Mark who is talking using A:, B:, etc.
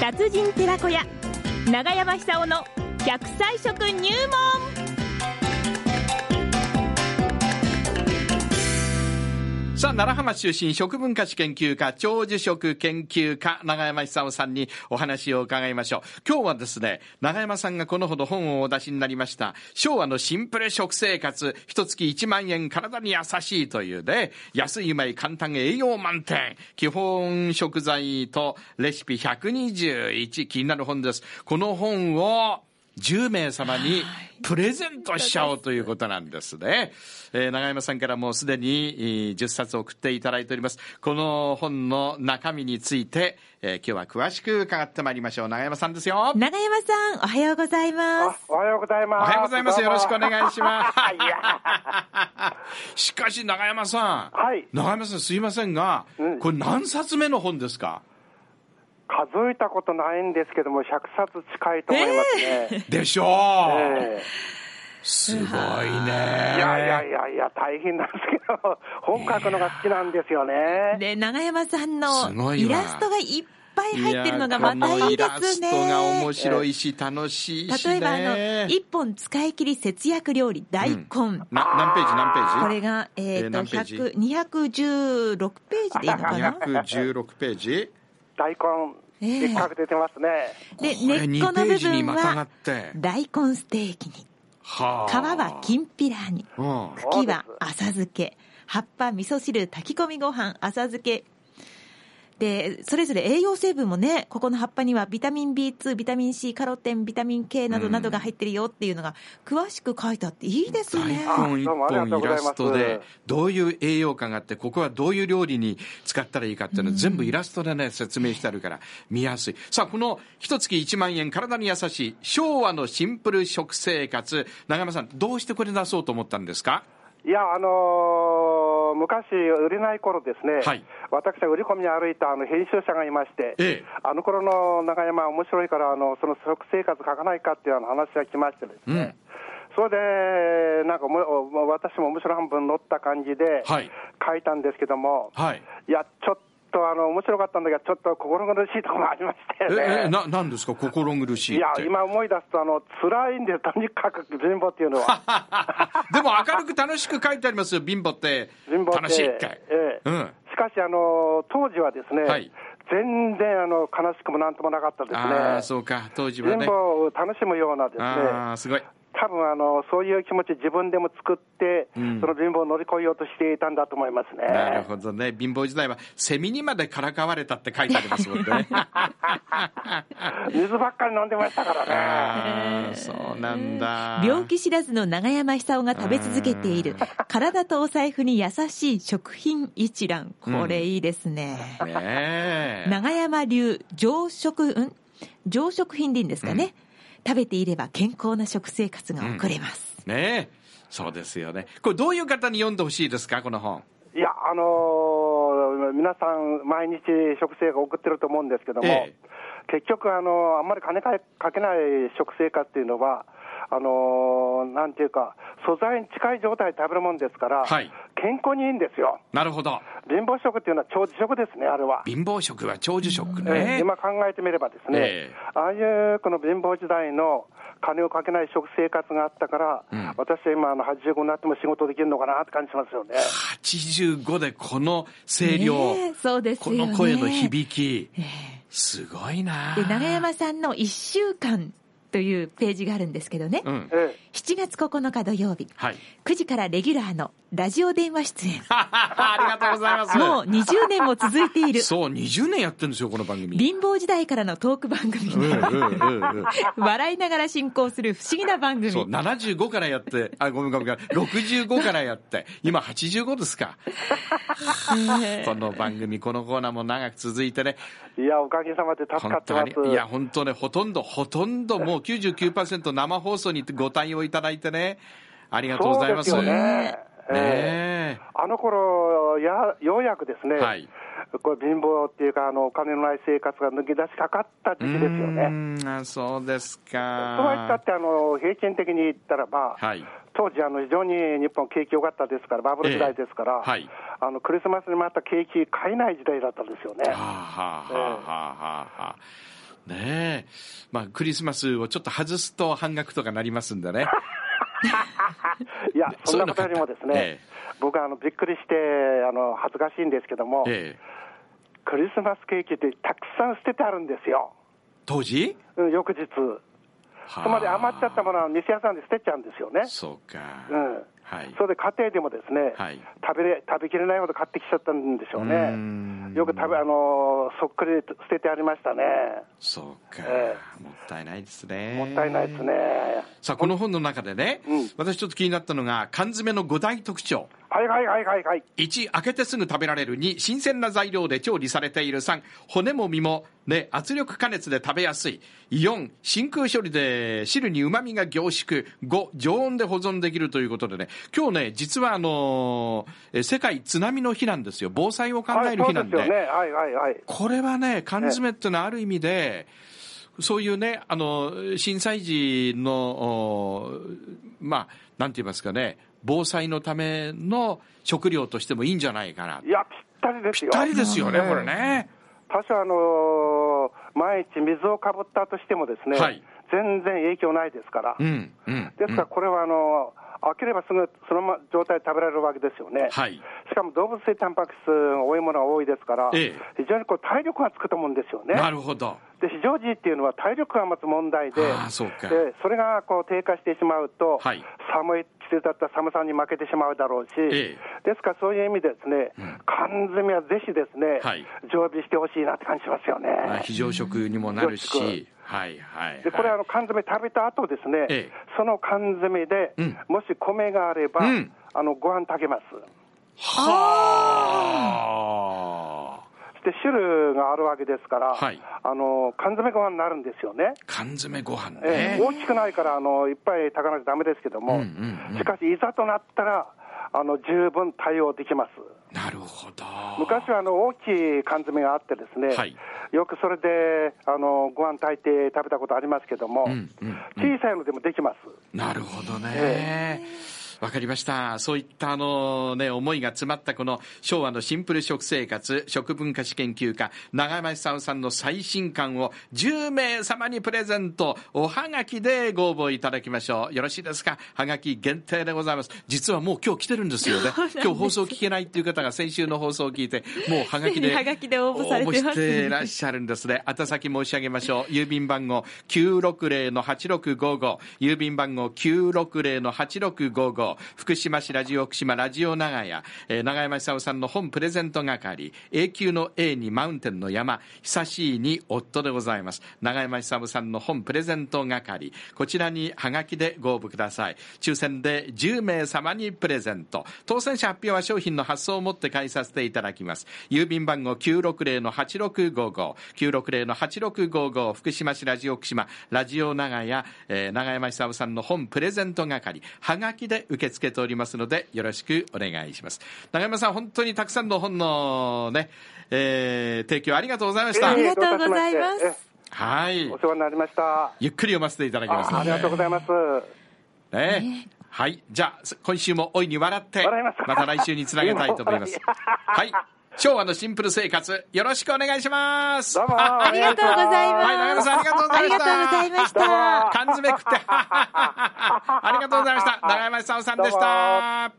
A: 達人寺子屋長山久夫の100歳食入門
B: さあ、奈良浜出身食文化史研究家、長寿食研究家、長山久夫さんにお話を伺いましょう。今日はですね、長山さんがこのほど本をお出しになりました、昭和のシンプル食生活、一月1万円体に優しいというね、安いうまい簡単栄養満点、基本食材とレシピ121、気になる本です。この本を10名様にプレゼントしちゃおうということなんですね。えー、長山さんからもうすでにえー10冊送っていただいております。この本の中身について、えー今日は詳しく伺ってまいりましょう。長山さんですよ。
A: 長山さんおはようございま
C: あ
A: す
C: おはようござい
B: お
C: ます。
B: はようございます。
C: ど
B: よ
C: うも
B: ろしくお願いしま
C: いや、
B: す。 しかし長山さん。
C: はい
B: 長山さんすいませんが、
C: うん
B: これ何冊目の本ですか
C: 数えたことないんですけども、100冊近いと思いますね。
B: でしょう、
C: え
B: すごいね。
C: えいやいやいやいや、大変なんですけど、本書くのが好きなんですよね。
A: で長山さん
B: すご
A: の
B: い
A: イ
B: わ
A: ラストがいっぱい入ってるのがまたいいです
B: やこのイラストが
A: ね
B: 面白いし、楽しいし、
A: 例
B: ね。
A: えばあの一本使い切り節約料理大根、
B: な何ページ何ページ
A: これが、え
B: えー
A: ー、と
B: 何ページ
A: 100 216ページでいいのかな
B: 216ページ
C: 大
A: ええ
C: 根、でっかく出てますね。
A: で
B: これ
A: 根っこの
B: 二ペー
A: 部
B: ジに
A: 分
B: またがっ
A: は
B: て
A: 大根ステーキに
B: はあ
A: 皮はきんぴらに
B: うん
A: 茎は浅漬け葉っぱ味噌汁炊き込みご飯浅漬けでそれぞれ栄養成分もねここの葉っぱにはビタミン B2 ビタミン C カロテンビタミン K などなどが入ってるよっていうのが詳しく書いてあっていいですね
B: 大根一
C: どうもありがと
B: 本
C: う
B: イ
C: ござい
B: ラ
C: ま
B: ス
C: す
B: トでどういう栄養価があってここはどういう料理に使ったらいいかっていうの全部イラストでね説明してあるから見やすいさあこの一月1万円体に優しい昭和のシンプル食生活長山さんどうしてこれ出そうと思ったんですか
C: いや、あのー昔、売れない頃ですね、
B: はい
C: 私が売り込みに歩いたあの編集者がいまして、
B: ええ
C: あの頃の長山、面白いからあの、その食生活書かないかっていうあの話が来ましてですね、それで、なんかもも私も面白半分乗った感じで
B: はい
C: 書いたんですけども、
B: はい
C: い、や、ちょっとあの面白かったんだけど、ちょっと心苦しいところもありまして
B: ええ
C: ね。
B: ななんですか心苦しい
C: い
B: って
C: や、今思い出すと、あの辛いんです、とにかく貧乏っていうのは。
B: でも明るく楽しく書いてありますよ、貧乏って。
C: 人望って
B: 楽しいって。
C: ええ
B: うん。
C: しかし、あの当時はですね、
B: はい
C: 全然あの悲しくもなんともなかったです
B: ああ、
C: ね。
B: そうか、当時
C: 人
B: はね。
C: 望を楽しむようなです
B: あ
C: ね
B: あ、、すごい。
C: 多分あのそういう気持ち、自分でも作って、その貧乏を乗り越えようとしていたんだと思いますね。
B: なるほどね。貧乏時代は、セミにまでからかわれたって書いてありますもん ね。
C: 水ばっかり飲んでましたからね。
B: ああ、そうなんだ。
A: 病気知らずの長山久夫が食べ続けている体とお財布に優しい食品一覧これいいですね、
B: ねえ。
A: 長山流常食うん常食品でいいんですかね、食べていれば健康な食生活が送れます、
B: ねえ。そうですよね。これどういう方に読んでほしいですか、この本。
C: いや、あの皆さん、毎日食生活送ってると思うんですけども、
B: ええ
C: 結局、あのあんまり金かけない食生活っていうのは、あのなんていうか、素材に近い状態で食べるもんですから、
B: はい
C: 健康にいいんですよ。
B: なるほど。
C: 貧乏食っていうのは長寿食ですね、あれは。
B: 貧乏食は長寿食
C: ええ
B: ね。
C: 今考えてみればですね、
B: ええ
C: ああいうこの貧乏時代の金をかけない食生活があったから、私は今あの85になっても仕事できるのかなって感じしますよね。
B: 85でこの声量。
A: ねえそうです
B: こ
A: よね
B: の声の響き、すごいな
A: で長山さんの1週間というページがあるんですけどね、
B: うん
C: ええ
A: 7月9日土曜日
B: はい
A: 9時からレギュラーのラジオ電話出演
B: ありがとうございます
A: もう20年も続いている
B: そう20年やってるんですよこの番組
A: 貧乏時代からのトーク番組
B: うんう
A: で
B: んうんうん
A: 笑いながら進行する不思議な番組
B: そう75からやってあごめんごめんごめん65からやって今85ですか
A: ね
B: この番組このコーナーも長く続いてね
C: いや、おかげさまで助か
B: 本
C: って
B: 当
C: ま
B: に
C: す。
B: いや本当ねほとんどほとんどもう99%生放送にご対応いただいてねありがとうございます
C: そうですよ
B: ね
C: ね。ええ
B: え
C: あの頃やようやくですね、
B: はい
C: これ貧乏っていうかあの、お金のない生活が抜け出しかかった時期ですよ
B: う
C: ね。
B: ーんあそうです
C: とはいった
B: か
C: っ。てあの、平均的に言ったらば、
B: はい。
C: 当時あの、非常に日本、景気良かったですから、バブル時代ですから、
B: ええはい
C: あのクリスマスにもあった景気、買えない時代だったんですよね。
B: はあはあはあはあはあはあ。ねえ。まあ、クリスマスをちょっと外すと半額とかなりますんでね。
C: いや、そんなことよりもですね、
B: え
C: 僕はあのびっくりしてあの、恥ずかしいんですけども、
B: ええ
C: クリスマスケーキってたくさん捨ててあるんですよ、
B: え当時
C: うん翌日。
B: は
C: つまり余っちゃったものは店屋さんで捨てちゃうんですよね。
B: そうか。
C: うん
B: はい。
C: それで家庭でもですね、
B: はい
C: 食べれ食べきれないほど買ってきちゃったんでしょう
B: う
C: ね
B: ん、
C: よく食べあのそっくり捨ててありましたね、
B: そうか、
C: え
B: もったいないですね。
C: もったいないですね。。
B: さあ、この本の中でね、
C: うん
B: 私ちょっと気になったのが、缶詰の5大特徴。
C: はいはいはいはいはい、
B: 1、開けてすぐ食べられる。2、新鮮な材料で調理されている。3、骨も身も、ね、圧力加熱で食べやすい。4、真空処理で汁に旨味が凝縮。5、常温で保存できるということでね、今日ね、実はあのーえ世界津波の日なんですよ。防災を考
C: は
B: え
C: い
B: る
C: そう
B: 日
C: で
B: なん
C: す
B: で。
C: よね、はいはいはい、
B: これはね、缶詰ってのはある意味で、そういうね、あの、震災時の、おまあ、なんて言いますかね、防災のための食料としてもいいんじゃないかな。
C: いや、ぴったりです
B: ぴ
C: よ、
B: ったりですよね、
C: うん
B: これね。
C: 多少、あのー毎日水をかぶったとしてもですね、
B: はい
C: 全然影響ないですから、
B: うん、うん。
C: ですからこれはあのー開ければすぐそのまま状態で食べられるわけですよね。
B: はい。
C: しかも動物性タンパク質が多いものが多いですから、
B: ええ
C: 非常にこう体力がつくと思うんですよね。
B: なるほど。
C: で非常時っていうのは体力が持つ問題で、
B: ああそうか
C: でそれがこう低下してしまうと、
B: はい
C: 寒い季節だったら寒さに負けてしまうだろうし、
B: ええ
C: ですからそういう意味ですね、缶詰はぜひですね、
B: はい
C: 常備してほしいなって感じしますよね。
B: まあ非常食にもなる
C: 非常
B: し、
C: 食
B: はい、はい。
C: でこれ
B: は
C: あ
B: い
C: の缶詰食べた後ですね、
B: ええ
C: その缶詰で、
B: うん
C: もし米があれば、
B: うん
C: あのご飯炊けます。
B: はあ。
C: で汁があるわけですから、
B: はい
C: あの缶詰ご飯になるんですよね。
B: 缶詰ご飯
C: え
B: ね
C: え。大きくないからあのいっぱい炊かなきゃだめですけども、
B: うんうんうん
C: しかし、いざとなったらあの十分対応できます。
B: なるほど。
C: 昔はあの大きい缶詰があって、ですね、
B: はい
C: よくそれであのご飯炊いて食べたことありますけども、
B: んうん
C: 小さいのでもできます。
B: なるほどね。わかりました。そういったあのね、思いが詰まったこの昭和のシンプル食生活、食文化史研究家、長山久夫さんの最新刊を10名様にプレゼント、おはがきでご応募いただきましょう。よろしいですかはがき限定でございます。実はもう今日来てるんです よね。今日放送聞けないっていう方が先週の放送を聞いて、もうはがき で。
A: はがきで応募されてますね
B: 応募してらっしゃるんですね。宛先申し上げましょ う。郵便番号960-8655。郵便番号960-8655。福島市ラジオ福島ラジオ長屋。えー長山久夫さんの本プレゼント係。永久の A にマウンテンの山。久しいに夫でございます。長山久夫さんの本プレゼント係。こちらにハガキでご応募ください。抽選で10名様にプレゼント。当選者発表は商品の発送をもって返させていただきます。郵便番号960-8655。960-8655。福島市ラジオ福島、ラジオ長屋、えー長山久夫さんの本プレゼント係。はがきで受け付けておりますので、よろしくお願いします。長山さん、本当にたくさんの本のね、えー提供ありがとうございました。
A: ありがとうございます
C: ええ
B: はい
C: お。世話になりました。
B: ゆっくり読ませていただきますの
C: あ
B: で。
C: ありがとうございます。
B: ねはい。じゃあ、す今週も大いに笑って、
C: 笑いますか
B: た来週につなげたいと思います。はい。昭和のシンプル生活、よろしくお願いします。
C: どうも
B: は
A: ありがとうござい
B: はい長山
A: ます。
B: さんありがとうございました
A: ありがとうございまし
C: どうも
A: た。
B: 缶詰食って、ありがとうございました。長山久夫さんでし
C: どう
B: た。